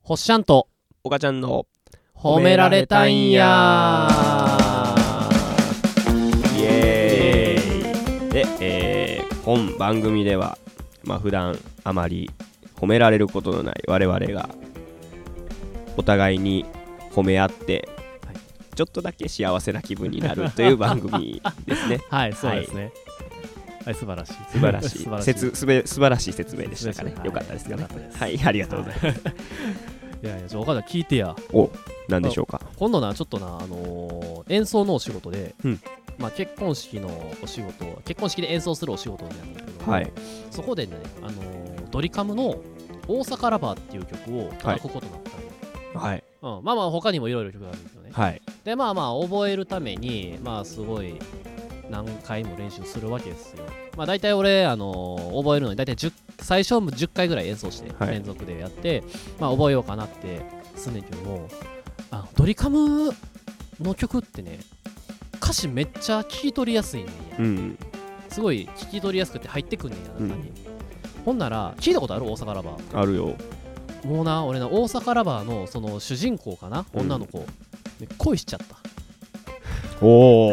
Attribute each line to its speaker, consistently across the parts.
Speaker 1: ほっしゃんと
Speaker 2: おかちゃんの
Speaker 1: 褒められたいんや
Speaker 2: イエーイで、えー本番組ではまあ普段あまり褒められることのない我々がお互いに褒め合って、ちょっとだけ幸せな気分になるという 番組ですね
Speaker 1: はいそうですねはい、 素晴らしい
Speaker 2: 素晴らしい説すべ素晴らしい説明でしたかね
Speaker 1: はい
Speaker 2: よかったですよね
Speaker 1: よかったです
Speaker 2: はいありがとうございます
Speaker 1: いやいやじゃあ岡ちゃん聞いてや
Speaker 2: お何でしょうか
Speaker 1: 今度なちょっとなあのー演奏のお仕事で、
Speaker 2: うん
Speaker 1: まあ結婚式のお仕事結婚式で演奏するお仕事になるんだけど、
Speaker 2: はい
Speaker 1: そこでねあのードリカムの大阪ラバーっていう曲を書くことになったのよ
Speaker 2: はい
Speaker 1: うん、まあまあ他にもいろいろ曲があるんですよね、
Speaker 2: はい
Speaker 1: でまあまあ覚えるためにまあすごい何回も練習するわけですよまあ大体俺あのー覚えるのに大体10最初も10回ぐらい演奏して
Speaker 2: はい
Speaker 1: 連続でやって、まあ覚えようかなってすんねんけどもあのドリカムの曲ってね歌詞めっちゃ聞き取りやすいねんや
Speaker 2: うん
Speaker 1: すごい聞き取りやすくて入ってくんねんや中に、ほんなら聞いたことある大阪ラバー
Speaker 2: あるよ
Speaker 1: もうな俺な大阪ラバーのその主人公かな、
Speaker 2: うん
Speaker 1: 女の子で恋しちゃった
Speaker 2: おお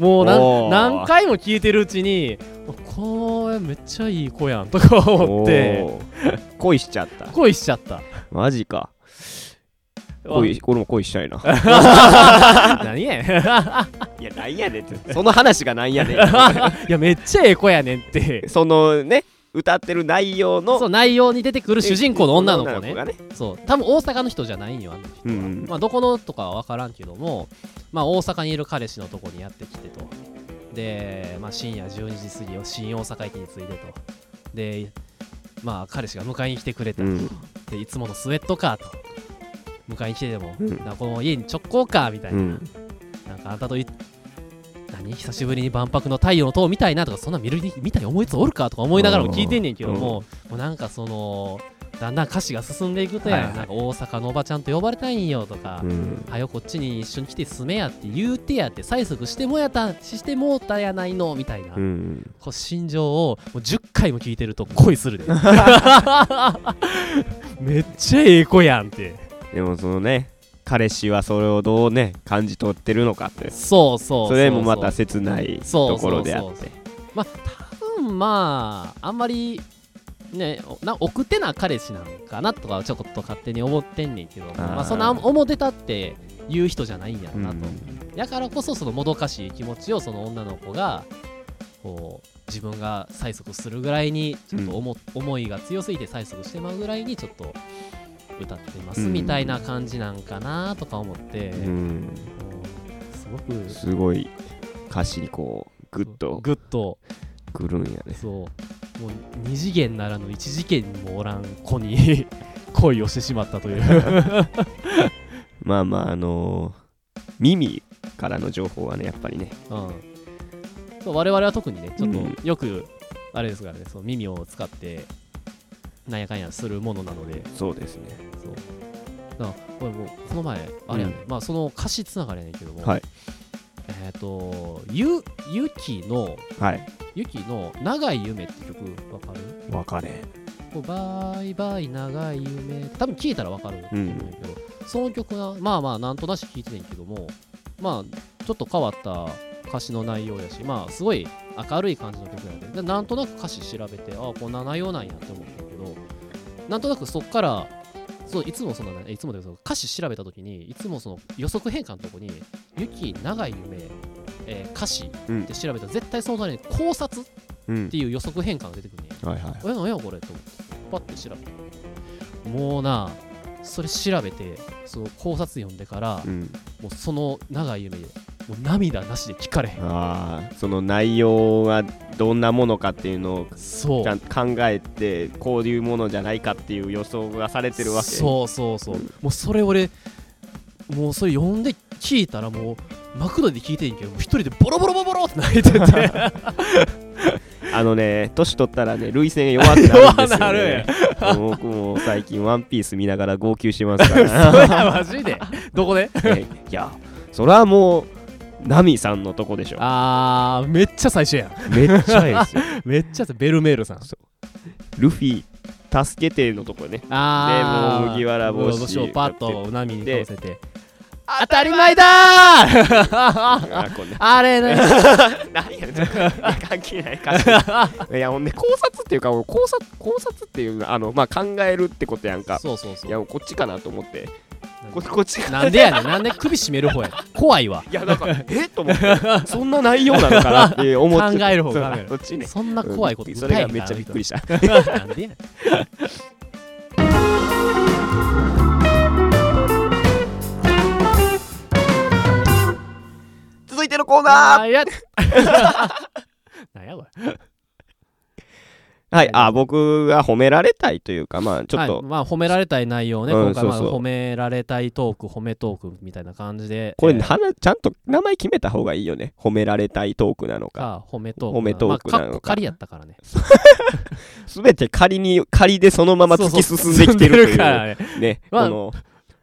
Speaker 1: もう
Speaker 2: おー
Speaker 1: 何何回も聞いてるうちにこれめっちゃいい子やんとか思って
Speaker 2: おー恋しちゃった
Speaker 1: 恋しちゃった
Speaker 2: マジか恋俺も恋したいな
Speaker 1: わ何やねん
Speaker 2: いやなんやねんってその話がなんや ねん
Speaker 1: いやめっちゃええ子やねんって
Speaker 2: そのね歌ってる内容の
Speaker 1: そう内容に出てくる主人公の女の子ね
Speaker 2: がね
Speaker 1: そう多分大阪の人じゃないんよあの人は、
Speaker 2: うん
Speaker 1: まあ、どこのとかは分からんけども、まあ、大阪にいる彼氏のとこにやってきてとで、まあ、深夜12時過ぎを新大阪駅に着いてとでまあ彼氏が迎えに来てくれた、
Speaker 2: うん
Speaker 1: でいつものスウェットかと迎えに来てでも、
Speaker 2: うん
Speaker 1: なこの家に直行かみたいうな,、
Speaker 2: ん
Speaker 1: なんかあんたとい何久しぶりに万博の太陽の塔みたいなとかそんな見る見たい思いつおるかとか思いながらも聞いてんねんけども,、
Speaker 2: うん
Speaker 1: もうなんかそのだんだん歌詞が進んでいくとやん、
Speaker 2: はいはい
Speaker 1: なんか大阪のおばちゃんと呼ばれたいんよとか、
Speaker 2: うん
Speaker 1: はよこっちに一緒に来て住めやって言うてやって催促してもやたしてもうたやないのみたいな、
Speaker 2: うん
Speaker 1: こう心情をもう10回も聞いてると恋する でめっちゃええ子やんって
Speaker 2: でもそのね彼氏はそれをどうね感じ取ってるのかって
Speaker 1: そうそうう
Speaker 2: それもまた切ない
Speaker 1: そう
Speaker 2: ところであっ
Speaker 1: そうそう
Speaker 2: て
Speaker 1: そうまあ多分まああんまりねおな奥手な彼氏なんかなとかはちょこっと勝手に思ってんねんけどまあそんな表立って言う人じゃないんやろ
Speaker 2: う
Speaker 1: なと、
Speaker 2: ん
Speaker 1: だからこそそのもどかしい気持ちをその女の子がこう自分が催促するぐらいにちょっと思,、思いが強すぎて催促してまうぐらいにちょっと歌ってます
Speaker 2: うん
Speaker 1: みたいな感じなんかなとか思って、
Speaker 2: う
Speaker 1: うん
Speaker 2: ん
Speaker 1: すごく
Speaker 2: すごい歌詞にこうグッと
Speaker 1: グッと
Speaker 2: くるんやね
Speaker 1: そうもう二次元ならぬ一次元にもおらん子に 恋をしてしまったという
Speaker 2: まあまああのー耳からの情報はねやっぱりね
Speaker 1: うんそう我々は特にねちょっ
Speaker 2: うん
Speaker 1: とよくあれですからねその耳を使ってなんやかんやするものなので
Speaker 2: そうですね
Speaker 1: そうだから俺もうこの前あれやね、まあその歌詞つながりやねんけども、
Speaker 2: はい
Speaker 1: えっ、とゆゆきの
Speaker 2: はい
Speaker 1: ゆきの長い夢って曲わかる
Speaker 2: 分かれ
Speaker 1: こうバイバイ長い夢多分聞いたらわかると
Speaker 2: う
Speaker 1: 思うんんだけど、その曲はまあまあなんとなし聞いてんねんけどもまあちょっと変わった歌詞の内容やしまあすごい明るい感じの曲やででなんとなく歌詞調べてああこんな内容なんやって思ったんやけどなんとなくそっからそういつもその、ね、いつもでその歌詞調べた時にいつもその予測変換のとこに「雪長い夢」えー歌詞って調べたら絶対その隣に「考察」っ
Speaker 2: うん
Speaker 1: ていう予測変換が出てくるねんや
Speaker 2: はいはい
Speaker 1: 親の親これと思ってパッて調べてもうなそれ調べてその考察読んでから、
Speaker 2: うん、
Speaker 1: もうその長い夢でもう涙なしで聞かれへん
Speaker 2: あーその内容がどんなものかっていうのを
Speaker 1: そう
Speaker 2: ちゃんと考えてこういうものじゃないかっていう予想がされてるわけ
Speaker 1: そうそうそう、
Speaker 2: うん
Speaker 1: もうそれ俺もうそれ読んで聞いたらもうマクドで聞いてんけどもう一人でボロボロボロボロって泣 いてて、
Speaker 2: あのね年取ったらね涙腺が弱くなるんですよ、ね
Speaker 1: 弱なる
Speaker 2: 僕も最近「ワンピース見ながら号泣してます から、
Speaker 1: マジでどこで
Speaker 2: ねいやそれはもうナミさんのとこでしょ
Speaker 1: あーめっちゃ最初やん
Speaker 2: めっちゃいいですよ
Speaker 1: めっちゃ最初ベルメールさん
Speaker 2: ルフィ助けてのとこね
Speaker 1: あー
Speaker 2: でもう麦わら帽子
Speaker 1: 麦をパッと波にかぶせて当
Speaker 2: 当
Speaker 1: たり前だー
Speaker 2: あこんな
Speaker 1: あれね
Speaker 2: 何やねんそれいや 関係ない関 係ないいやほんで考察っていうか俺考察考察っていうのはあのまあ考えるってことやんか
Speaker 1: そうそう
Speaker 2: い
Speaker 1: そ
Speaker 2: や
Speaker 1: う
Speaker 2: こっちかなと思ってここっちか
Speaker 1: なんでやねんなんで首絞める方や怖いわ
Speaker 2: いやなん かえっと思ってそんな内容なのかなって思っ
Speaker 1: 考
Speaker 2: て
Speaker 1: える方
Speaker 2: そ
Speaker 1: 考え
Speaker 2: う
Speaker 1: る
Speaker 2: そっちね
Speaker 1: そんな怖いこと
Speaker 2: うんそれが
Speaker 1: 歌え
Speaker 2: め
Speaker 1: へん
Speaker 2: っちゃびっくりした
Speaker 1: なんでやねん
Speaker 2: 続いてのコーナー
Speaker 1: あーや なんやこれ
Speaker 2: はいあ僕が褒められたいというかまあちょっ
Speaker 1: はい
Speaker 2: と
Speaker 1: まあ褒められたい内容ね、
Speaker 2: うん
Speaker 1: 今回まあ
Speaker 2: そうそう
Speaker 1: 褒められたいトーク褒めトークみたいな感じで
Speaker 2: これ
Speaker 1: えー
Speaker 2: はなちゃんと名前決めた方がいいよね褒められたいトークなのか
Speaker 1: か褒めトーク
Speaker 2: 褒めトークなの
Speaker 1: ま
Speaker 2: か
Speaker 1: あ、っこ仮やったからね
Speaker 2: 全て仮に仮でそのまま突き進んできてると
Speaker 1: そうそう進んで
Speaker 2: い
Speaker 1: るか
Speaker 2: う
Speaker 1: らね
Speaker 2: ねこ
Speaker 1: まあ
Speaker 2: の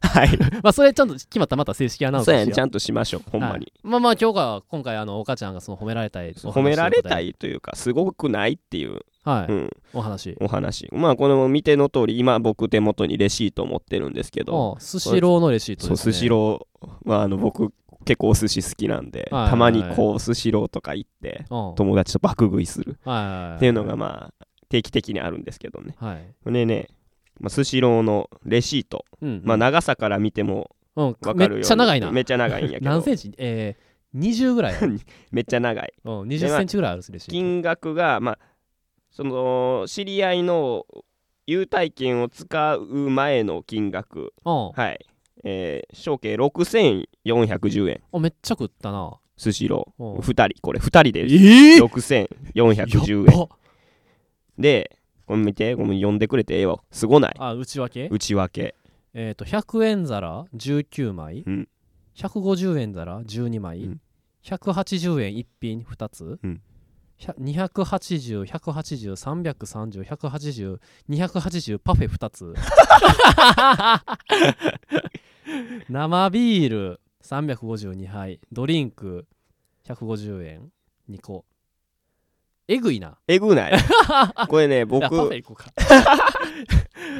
Speaker 2: はい
Speaker 1: まあそれちゃんと決まったらまた正式アナウンス
Speaker 2: そうやね
Speaker 1: しよ
Speaker 2: ちゃんとしましょうほんま
Speaker 1: はい
Speaker 2: に
Speaker 1: まあまあ今日が今回あの岡ちゃんがその褒められたいお話
Speaker 2: 褒められた
Speaker 1: という
Speaker 2: いというかすごくないっていう
Speaker 1: ことではい、
Speaker 2: うん
Speaker 1: お話
Speaker 2: お話まあこの見ての通り今僕手元にレシート持ってるんですけど
Speaker 1: おうスシローのレシート
Speaker 2: そう
Speaker 1: です、ね、
Speaker 2: スシローはあの僕結構お寿司好きなんで、
Speaker 1: はいはいはい
Speaker 2: たまにこうスシローとか行って
Speaker 1: うん
Speaker 2: 友達と爆食いする
Speaker 1: はいはいはい
Speaker 2: っていうのがまあ定期的にあるんですけどね
Speaker 1: はい
Speaker 2: でねまあスシローのレシート、
Speaker 1: うん
Speaker 2: まあ、長さから見ても
Speaker 1: うん
Speaker 2: 分かるように
Speaker 1: めっちゃ長いな
Speaker 2: めっちゃ長いんやけど
Speaker 1: 何センチえー、20ぐらいある、
Speaker 2: めっちゃ長い
Speaker 1: うん、20センチぐらいあるレシート
Speaker 2: 金額がまあその知り合いの優待券を使う前の金額
Speaker 1: うん
Speaker 2: はいえー、証券6410円
Speaker 1: おめっちゃ食ったな
Speaker 2: スシロ
Speaker 1: うん
Speaker 2: ー2人これ2人で
Speaker 1: え
Speaker 2: 6410円でこれ見てこれ読んでくれてええわすごない
Speaker 1: あ内訳
Speaker 2: 内訳
Speaker 1: えっ、と100円皿19枚、
Speaker 2: うん
Speaker 1: 150円皿12枚、
Speaker 2: うん
Speaker 1: 180円1品2つ、
Speaker 2: うん
Speaker 1: 280180330180280パフェ2つ 生ビール352杯ドリンク150円2個えぐいな
Speaker 2: え ぐないこれね
Speaker 1: いや
Speaker 2: 僕
Speaker 1: パフェ行こうか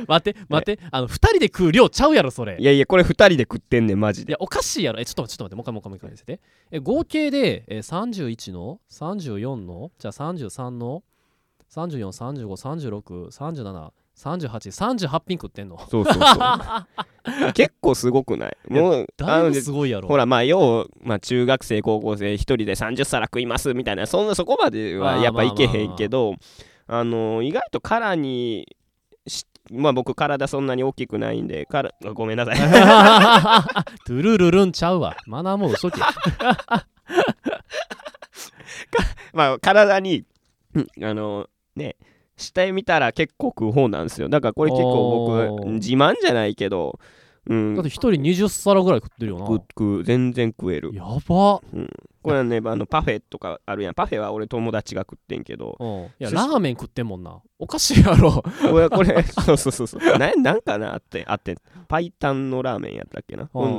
Speaker 1: 待って待ってあの2人で食う量ちゃうやろそれ
Speaker 2: いやいやこれ2人で食ってんねんマジ
Speaker 1: い
Speaker 2: で
Speaker 1: やおかしいやろえちょっとちょっと待ってもう一回もう一回もう一回見せてえ合計で、えー、31の34のじゃあ33の343536373838ピンクってんの
Speaker 2: そうそうそう 結構すごくないもう
Speaker 1: だいぶ
Speaker 2: です
Speaker 1: ごいやろ
Speaker 2: ほらまあ要まあ中学生高校生一人で30皿食いますみたいなそんなそこまではやっぱいけへんけどあの意外と殻にしまあ僕体そんなに大きくないんで殻あごめんなさ い
Speaker 1: トゥルルルンちゃうわマナーも嘘け
Speaker 2: まあ体にうんあのね下見たら結構食う方なんですよだからこれ結構
Speaker 1: お
Speaker 2: 僕
Speaker 1: ー
Speaker 2: 自慢じゃないけどうん
Speaker 1: だって一人20皿ぐらい食ってるよな
Speaker 2: 食う食う全然食える
Speaker 1: やば
Speaker 2: これはねあのパフェとかあるやんパフェは俺友達が食ってんけど
Speaker 1: うんいや
Speaker 2: 寿司
Speaker 1: ラーメン食ってんもんなおかしいやろ
Speaker 2: これこ れそうそうそうそうななんかなあってあってパイタンのラーメンやったっけな、うん、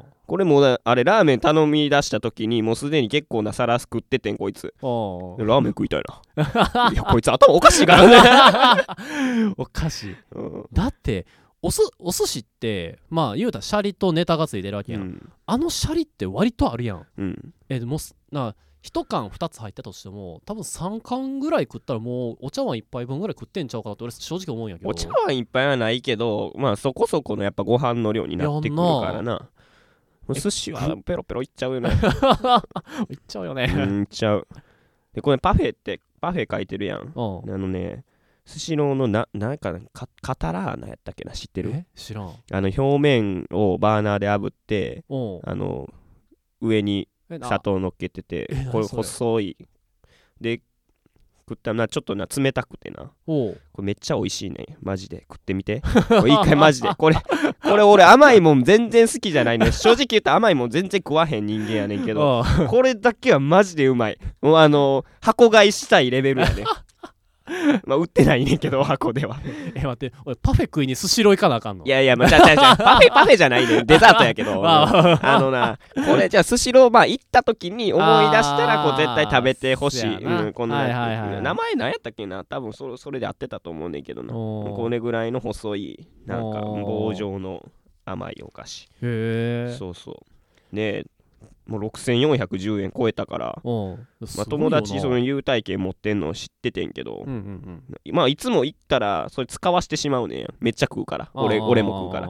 Speaker 1: あ
Speaker 2: これもうあれラーメン頼み出した時にもうすでに結構な皿食っててんこいつ
Speaker 1: ああ
Speaker 2: ラーメン食いたい ないやこいつ頭おかしいから ね、
Speaker 1: おかしい
Speaker 2: うん
Speaker 1: だっておすお寿司ってまあ言うたらシャリとネタがついてるわけ
Speaker 2: う
Speaker 1: やん、
Speaker 2: ん
Speaker 1: あのシャリって割とあるやん
Speaker 2: うん、
Speaker 1: えでもすな1缶2つ入ったとしても多分3缶ぐらい食ったらもうお茶碗1杯分ぐらい食ってんちゃうかなって俺正直思うんやけど
Speaker 2: お茶碗いっぱいはないけどまあそこそこのやっぱご飯の量になってくるから
Speaker 1: いや
Speaker 2: なもう寿司はペロペロいっちゃうよね
Speaker 1: いっちゃうよ
Speaker 2: う
Speaker 1: ね
Speaker 2: んいっちゃうでこれパフェってパフェ書いてるやん
Speaker 1: うん、
Speaker 2: あのねスシローのななんかカカタラーナやったっけな知ってる
Speaker 1: え知らん
Speaker 2: あの表面をバーナーで炙って
Speaker 1: おう
Speaker 2: あの上に
Speaker 1: えな
Speaker 2: 砂糖乗っけてて
Speaker 1: えな
Speaker 2: これ
Speaker 1: それ
Speaker 2: 細いで食ったらなちょっとな冷たくてな
Speaker 1: おう
Speaker 2: これめっちゃ美味しいねマジで食ってみてこれ一回マジで これこれ俺甘いもん全然好きじゃないね正直言ったら甘いもん全然食わへん人間やねんけど
Speaker 1: ああ
Speaker 2: これだけはマジでうまいもうあの箱買いしたいレベルやね まあ売ってないねんけど箱では
Speaker 1: え、待って、俺パフェ食いにスシロー行かなあかんの
Speaker 2: いやいや、まあ、じゃあじゃあ じゃあパフェパフェじゃないねんデザートやけど
Speaker 1: まあまあまあ
Speaker 2: あのなこれじゃあスシローまあ行った時に思い出したらこう絶対食べてほしい、
Speaker 1: あーそうやな
Speaker 2: うんこんなやつ
Speaker 1: はいはいはい
Speaker 2: 名前何やったっけな多分それそれで合ってたと思うねんけどな
Speaker 1: おー
Speaker 2: これぐらいの細いなんか
Speaker 1: おー
Speaker 2: 棒状の甘いお菓子
Speaker 1: へえ。
Speaker 2: そうそうねえもう6410円超えたから、
Speaker 1: うん。
Speaker 2: まあ、
Speaker 1: すごいよ
Speaker 2: 友
Speaker 1: な
Speaker 2: 達その優待券持ってんのを知っててんけど
Speaker 1: うんうんうん。
Speaker 2: まあいつも行ったらそれ使わしてしまうねんめっちゃ食うから俺
Speaker 1: あー
Speaker 2: 俺も食うから。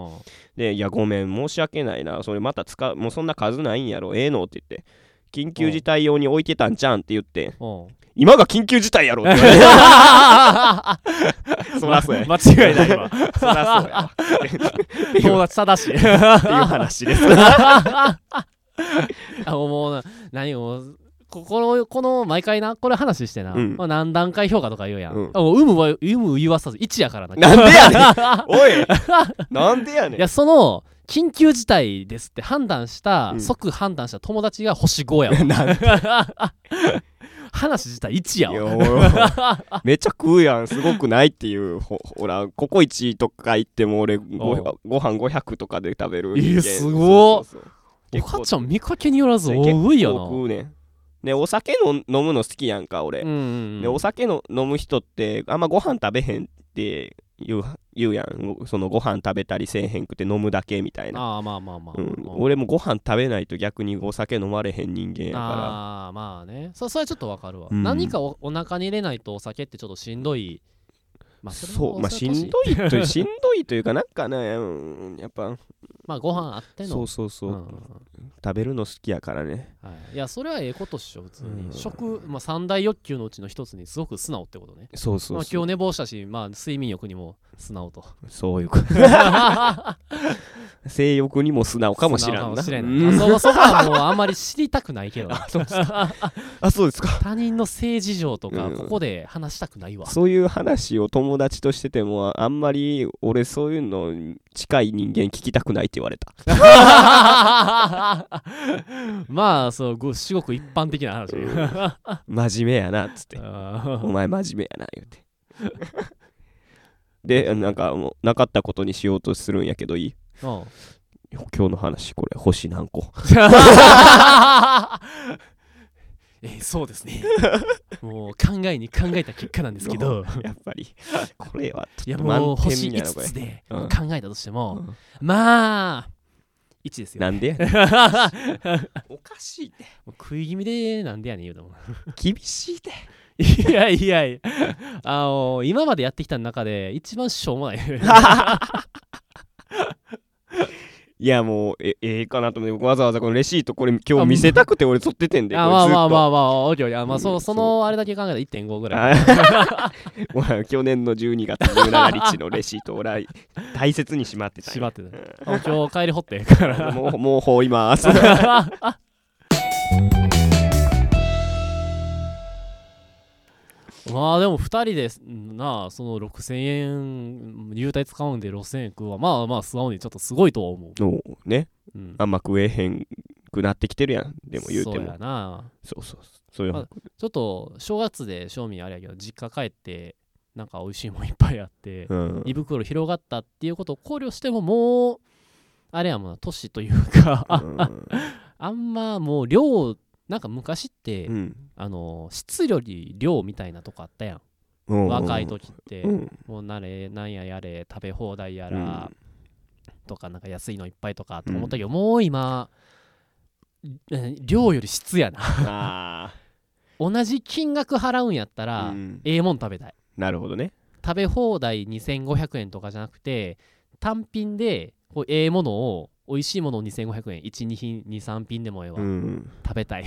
Speaker 2: で、いや、ごめん、申し訳ないな、それまた使う、もうそんな数ないんやろ、ええのって言って、緊急事態用に置いてたんじゃうんって言って、
Speaker 1: うん。
Speaker 2: 今が緊急事態やろって言わ れてそらそうや。
Speaker 1: ま間違いないわ。
Speaker 2: そらそうやわ。
Speaker 1: 友達正しい。
Speaker 2: っていう話 です。
Speaker 1: あもうな何もうここのこの毎回なこれ話してな、
Speaker 2: うん
Speaker 1: まあ、何段階評価とか言うやん、
Speaker 2: うん
Speaker 1: あもう有無は有無言わさず1やからな
Speaker 2: なんでやねんおいなんでやね
Speaker 1: い
Speaker 2: ん
Speaker 1: やその緊急事態ですって判断した、
Speaker 2: うん
Speaker 1: 即判断した友達が星5やわ 話自体1や
Speaker 2: いや
Speaker 1: わ
Speaker 2: おいおいめっちゃ食うやんすごくないっていうほほらココイチとか行っても俺ご
Speaker 1: お
Speaker 2: ご飯500とかで食べる
Speaker 1: えー
Speaker 2: 人間
Speaker 1: すごっ
Speaker 2: そうそうそう
Speaker 1: お
Speaker 2: 結構
Speaker 1: 母ちゃん見かけによらず多い
Speaker 2: 結
Speaker 1: よ
Speaker 2: 構
Speaker 1: な
Speaker 2: 食うねんでお酒の飲むの好きやんか俺、
Speaker 1: うんうん
Speaker 2: でお酒の飲む人ってあんまご飯食べへんって言う言うやんそのご飯食べたりせえへんくて飲むだけみたいな、
Speaker 1: ああまあまあまあ、
Speaker 2: うん、
Speaker 1: まあ
Speaker 2: 俺もご飯食べないと逆にお酒飲まれへん人間やか
Speaker 1: ああまあねそそれはちょっとわかるわ、
Speaker 2: うん
Speaker 1: 何かおお腹に入れないとお酒ってちょっとしんどいま
Speaker 2: ら
Speaker 1: あれも
Speaker 2: そうまあ
Speaker 1: そ
Speaker 2: し
Speaker 1: れは年
Speaker 2: んどいというしんどいというかなんかね、うん、やっぱ
Speaker 1: まあご飯あっての
Speaker 2: そうそうそう、
Speaker 1: うんうんう
Speaker 2: 食べるの好きやからね
Speaker 1: んはい、いやそれはええことっしょ普通に、
Speaker 2: うん
Speaker 1: 食、まあ、三大欲求のうちの一つにすごく素直ってことね
Speaker 2: そうそう
Speaker 1: ま
Speaker 2: そ
Speaker 1: あ、
Speaker 2: う、
Speaker 1: 今日寝坊したし、まあ、睡眠欲にも素直 と
Speaker 2: そういうこと性欲にも素直かもしら
Speaker 1: 素直か
Speaker 2: ん
Speaker 1: も
Speaker 2: な
Speaker 1: しれん
Speaker 2: うん
Speaker 1: なあそそこはもうあんまり知りたく ないけど
Speaker 2: あそうですか
Speaker 1: 他人の性事情とか、
Speaker 2: うん
Speaker 1: ここで話したくないわ
Speaker 2: そういう話を友達としててもあんまり俺そういうの近い人間聞きたくないって言われた
Speaker 1: まあそうご至極一般的な話、
Speaker 2: 真面目やなっつって
Speaker 1: あ
Speaker 2: お
Speaker 1: ー
Speaker 2: 前真面目やな言うてでなんかもうなかったことにしようとするんやけどいい
Speaker 1: うん
Speaker 2: 今日の話これ星何個
Speaker 1: えーそうですねもう考えに考えた結果なんですけど
Speaker 2: やっぱりこれはいちょ
Speaker 1: や
Speaker 2: っと
Speaker 1: もう
Speaker 2: 満
Speaker 1: 星
Speaker 2: 点みたい
Speaker 1: 5
Speaker 2: なこれ
Speaker 1: つで
Speaker 2: うん
Speaker 1: 考えたとしても、まあ1ですよ
Speaker 2: なんでやねん おかしいって
Speaker 1: もう食い気味でなんでやねん言うとも
Speaker 2: 厳しいって
Speaker 1: いやいやいやあの今までやってきた中で一番しょうもない
Speaker 2: いやもうえええかなと思って僕わざわざこのレシートこれ今日見せたくて俺撮っててんで
Speaker 1: あ
Speaker 2: これ
Speaker 1: まあ
Speaker 2: ずっ
Speaker 1: まあ
Speaker 2: と
Speaker 1: まあまあオッケーオッケーあまあ
Speaker 2: う
Speaker 1: そ
Speaker 2: ん
Speaker 1: そのあれだけ考えたら1.5ぐらい
Speaker 2: あ俺去年の12月17日のレシート俺は大切にしまってたん
Speaker 1: 縛
Speaker 2: や
Speaker 1: ってたあ今日帰り掘ってええから
Speaker 2: もう もう放ります
Speaker 1: まあでも2人ですなあその6000円優待使うんで6000円食うはまあまあ素直にちょっとすごいとは思う、
Speaker 2: もうね
Speaker 1: うん、
Speaker 2: あんま食えへんくなってきてるやんでも言うて
Speaker 1: そう
Speaker 2: も
Speaker 1: やな
Speaker 2: そうそうそうそういう
Speaker 1: まあちょっと正月で正味あれやけど実家帰ってなんか美味しいもんいっぱいあって、
Speaker 2: うん
Speaker 1: 胃袋広がったっていうことを考慮してももうあれやもんな年というか、あんまもう量なんか昔って、
Speaker 2: うん
Speaker 1: あの質より量みたいなとこあったやん、
Speaker 2: うん
Speaker 1: 若い時って、
Speaker 2: うん
Speaker 1: もうなれなんややれ食べ放題や
Speaker 2: う
Speaker 1: ら
Speaker 2: ん、
Speaker 1: とかなんか安いのいっぱいとかとか思ったけど、もう今え量より質やな
Speaker 2: あ
Speaker 1: 同じ金額払うんやったら、
Speaker 2: あうん
Speaker 1: ええもん食べたい
Speaker 2: なるほどね
Speaker 1: 食べ放題2500円とかじゃなくて単品でこうええものを美味しいものを2500円12品23品でもええわ、
Speaker 2: うん
Speaker 1: 食べた い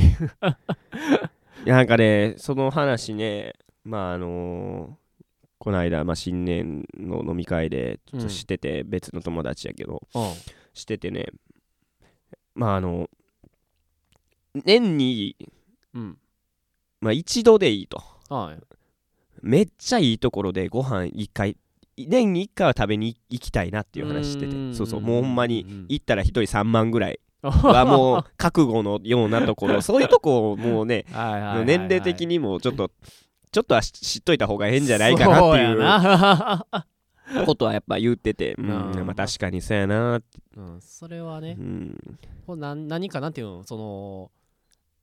Speaker 2: いやなんかねその話ねまああのーこの間、まあ、新年の飲み会でちょっとしてて、別の友達やけど
Speaker 1: うん
Speaker 2: しててねまああの年に、
Speaker 1: うん
Speaker 2: まあ、一度でいいと
Speaker 1: はい
Speaker 2: めっちゃいいところでご飯一回年に1回は食べに行きたいなっていう話して
Speaker 1: う
Speaker 2: て
Speaker 1: ん
Speaker 2: そうそうもうほんま
Speaker 1: う
Speaker 2: に
Speaker 1: ん
Speaker 2: 行ったら1人3万ぐらいはもう覚悟のようなところそういうとこをもうね
Speaker 1: はいはいはいはい
Speaker 2: 年齢的にもちょっとちょっとはし知っといた方がええんじゃないかなって
Speaker 1: そ
Speaker 2: いう
Speaker 1: や
Speaker 2: う
Speaker 1: な
Speaker 2: ことはやっぱ言ってて、うん
Speaker 1: うん
Speaker 2: まあ、確かにそうやなって、
Speaker 1: うん、それはね
Speaker 2: う、ん、
Speaker 1: こうなん何かなんていうのその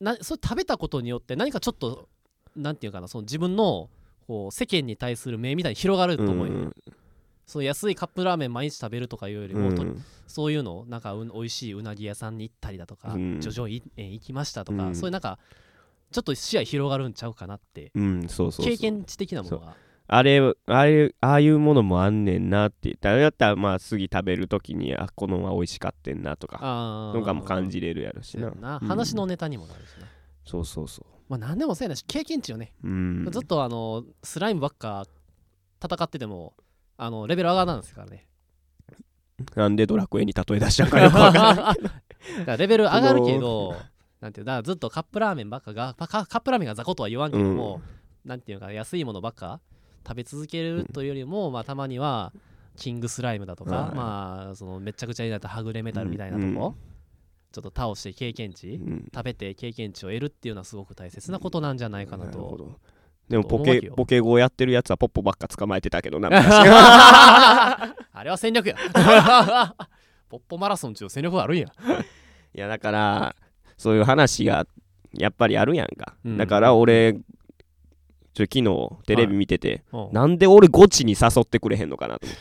Speaker 1: なそれ食べたことによって何かちょっとなんていうかなその自分のこう世間に対する目みたいに広がると思うよ、
Speaker 2: うん
Speaker 1: その安いカップラーメン毎日食べるとかいうより
Speaker 2: う
Speaker 1: も、と
Speaker 2: ん
Speaker 1: そういうのなんかう美味しいうなぎ屋さんに行ったりだとか、
Speaker 2: うん
Speaker 1: 叙々苑行きましたとか、
Speaker 2: うん
Speaker 1: そういうなんかちょっと視野広がるんちゃうかなって
Speaker 2: うん、そうそうそう
Speaker 1: 経験値的なものが
Speaker 2: あれあれああいうものもあんねんなってだだったらまあ次食べるときにあこのは美味しかってんなとか
Speaker 1: あー
Speaker 2: とかも感じれるやろ
Speaker 1: そ
Speaker 2: し
Speaker 1: うや
Speaker 2: な
Speaker 1: な
Speaker 2: うん
Speaker 1: 話のネタにもなるしな、
Speaker 2: そうそうそ
Speaker 1: まあ何でもそうやなし経験値よね
Speaker 2: ううん
Speaker 1: ずっとあのスライムばっか戦っててもあのレベル上がらんですから ね。
Speaker 2: なんでドラクエに例え出したんか
Speaker 1: だ
Speaker 2: よくわからん
Speaker 1: からレベル上がるけど、なんていうだからずっとカップラーメンばっかがパカカップラーメンが雑魚とは言わんけども、なんていうか安いものばっか食べ続けるというよりも、まあたまにはキングスライムだとか、
Speaker 2: はい
Speaker 1: まあそのめちゃくちゃになったはぐれメタルみたいなとこ、
Speaker 2: うんうん
Speaker 1: ちょっと倒して経験 値、
Speaker 2: うん
Speaker 1: 食べて経験値を得るっていうのはすごく大切なことなんじゃないかな
Speaker 2: なるほ
Speaker 1: と。
Speaker 2: どでもポ
Speaker 1: 思うわ
Speaker 2: ケ
Speaker 1: けよ
Speaker 2: ポケ語やってるやつはポッポばっか捕まえてたけどな
Speaker 1: あれは戦略 や。ポッポマラソン中戦略があるんや。
Speaker 2: いやだからそういう話がやっぱりあるやんか、
Speaker 1: うん
Speaker 2: だから俺ちょ昨日テレビ見てて、
Speaker 1: うん
Speaker 2: なんで俺ゴチに誘ってくれへんのかなと思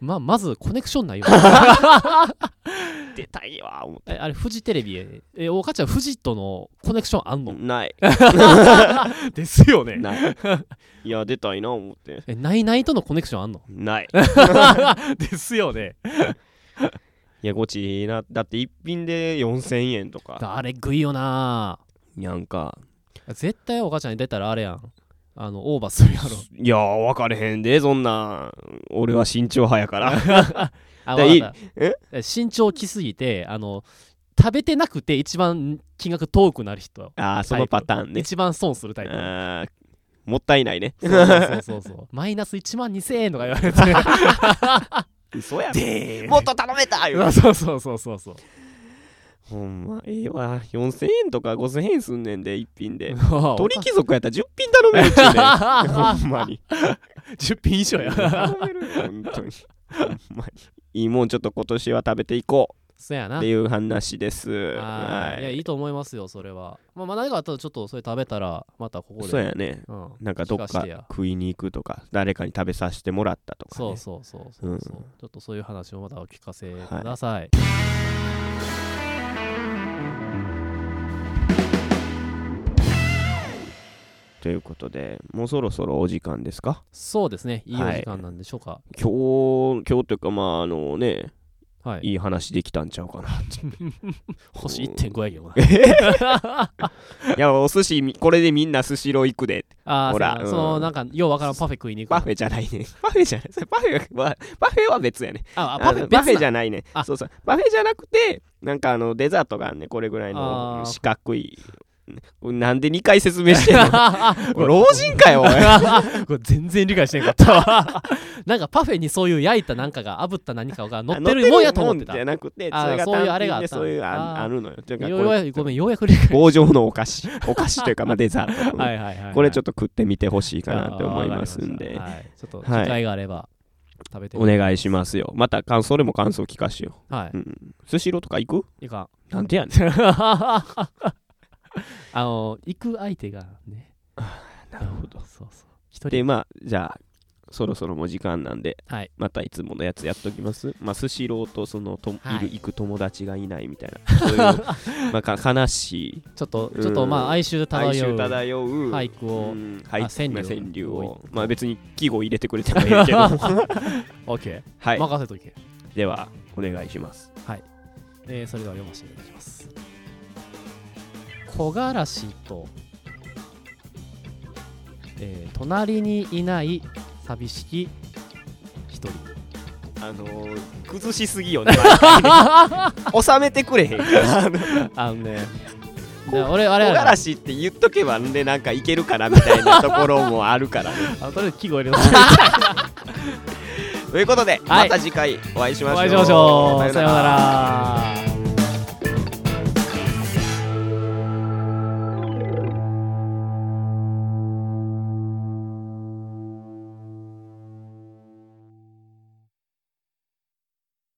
Speaker 1: まあ、まずコネクション ないよ。
Speaker 2: って出たいわ思っ
Speaker 1: えあれ、フジテレビへ。え、おかちゃん、フジとのコネクションあん
Speaker 2: て
Speaker 1: の
Speaker 2: ない
Speaker 1: ですよね。
Speaker 2: ない いや出たいな思って
Speaker 1: え、ナイナイとのコネクションあんの
Speaker 2: ない
Speaker 1: ですよね。
Speaker 2: いやゴチいいなだって一品で4000円とか
Speaker 1: あれ、グいよな
Speaker 2: なんか
Speaker 1: 絶対おかちゃんに出たらあれやん。あの、オーバーする やろ。
Speaker 2: いや分かれへんでそんなん俺は身長派やから
Speaker 1: あ、
Speaker 2: で
Speaker 1: わかった
Speaker 2: え
Speaker 1: 身長きすぎて、あの、食べてなくて一番金額遠くなる人。
Speaker 2: ああそのパターンね
Speaker 1: 一番損するタイプ。
Speaker 2: あーもったいないね
Speaker 1: そうそうそうそう。マイナス1万2000円とか言われ て。
Speaker 2: 嘘や
Speaker 1: で
Speaker 2: もっと頼めたよ
Speaker 1: そうそうそうそう そう。
Speaker 2: ほんまええわ4000円とか5000円すんねんで一品で
Speaker 1: 取
Speaker 2: 鳥貴族やったら10品頼めるっ ちゅうねんほんまに
Speaker 1: 10品以上や。
Speaker 2: 頼めるよ本当にほんまにいいもんちょっと今年は食べていこ
Speaker 1: そや
Speaker 2: うっ
Speaker 1: な
Speaker 2: て。いう話です
Speaker 1: は
Speaker 2: はい
Speaker 1: いやいいと思いますよそれはまあまあ何かあったらちょっとそれ食べたらまたここで
Speaker 2: そうやね
Speaker 1: うん
Speaker 2: なんかどっ
Speaker 1: 聞かし
Speaker 2: か
Speaker 1: てや
Speaker 2: 食いに行くとか誰かに食べさせてもらったとか、ね、
Speaker 1: そうそうそうそうそう、
Speaker 2: うん
Speaker 1: ちょっとそういう話をまたお聞かせください、
Speaker 2: ということでもうそろそろお時間ですか
Speaker 1: そうですねいいお時間なんでしょうか
Speaker 2: 今日今日というかまああのね
Speaker 1: はい、
Speaker 2: いい話できたんちゃうかな
Speaker 1: 星1.5やけどな
Speaker 2: いやお寿司みこれでみんなスシロー行くで
Speaker 1: ああ
Speaker 2: ほら
Speaker 1: そうやな
Speaker 2: うん
Speaker 1: そのなんかようわからんパフェ食いに行く
Speaker 2: パフェじゃないね パフェじゃないそれパフェはパフェは別やね
Speaker 1: ああパフ
Speaker 2: あ
Speaker 1: ェ
Speaker 2: のパフェじ
Speaker 1: ゃ
Speaker 2: ゃないね
Speaker 1: あ
Speaker 2: そうそうパフェじゃなくてなんかあのデザートがあんねこれぐらい
Speaker 1: あ
Speaker 2: の
Speaker 1: ー
Speaker 2: 四角いこれなんで2回説明して んの
Speaker 1: あ
Speaker 2: これ老人かよ おい
Speaker 1: これ全然理解してなかったわ なんかパフェにそういう焼いたなんかが炙った何かが乗ってるもんやと思ってた
Speaker 2: 乗るもんじゃなくて、
Speaker 1: あー
Speaker 2: それが
Speaker 1: そういうあれがあ
Speaker 2: 単品
Speaker 1: っ
Speaker 2: で
Speaker 1: た
Speaker 2: そういうあ
Speaker 1: あー
Speaker 2: あるのよ。というか
Speaker 1: いろ
Speaker 2: こ
Speaker 1: い
Speaker 2: れ
Speaker 1: ろごめんようやく理解
Speaker 2: 棒状のお菓子、お菓子というか、まあ、デザー ト、
Speaker 1: はいはいはいはい、
Speaker 2: これちょ
Speaker 1: っ
Speaker 2: っと食ってみてほしいかなって思いますんで、
Speaker 1: はい、ちょっと機
Speaker 2: はい
Speaker 1: 会があれば食べてみ
Speaker 2: お
Speaker 1: て、
Speaker 2: 願いしますよ。また感想でも感想聞かしよ
Speaker 1: は
Speaker 2: う。うん。スシローとか行く
Speaker 1: い、いかん。
Speaker 2: なんでやね
Speaker 1: あ の、行く相手がね。
Speaker 2: ん。なるほど。
Speaker 1: そうそう。一
Speaker 2: で、
Speaker 1: 人。
Speaker 2: まあ、じゃあ、そろそろもう時間なんで、
Speaker 1: はい
Speaker 2: またいつものやつやっときます。まあ、スシローとそのと、
Speaker 1: はい
Speaker 2: いる行く友達がいないみたいな、そう いう、まあか、悲しい、
Speaker 1: ちょっと、
Speaker 2: うん
Speaker 1: ちょっと、まあ、哀愁漂う。
Speaker 2: 哀愁漂う、
Speaker 1: 俳句を。
Speaker 2: うんはい、
Speaker 1: あ川柳
Speaker 2: まあ川柳を
Speaker 1: を、
Speaker 2: まあ、別に季語入れてくれてもいいけ ど
Speaker 1: オッケ
Speaker 2: は
Speaker 1: ー。
Speaker 2: い
Speaker 1: 任せといて。
Speaker 2: ではお願いします
Speaker 1: えーそれでは読ませていただきます。木枯らしと、えー隣にいない寂しき一 人。
Speaker 2: あのー、崩しすぎよね 収めてくれへんからあの
Speaker 1: あのね、で俺、あれ、
Speaker 2: 木
Speaker 1: あ
Speaker 2: 枯
Speaker 1: れ
Speaker 2: らしって言っとけばねなんかいけるかなみたいなところもあるからね
Speaker 1: あのとりあえず記号入れます。さ
Speaker 2: ということで、
Speaker 1: はい
Speaker 2: また次回お会いしましょう
Speaker 1: よなら。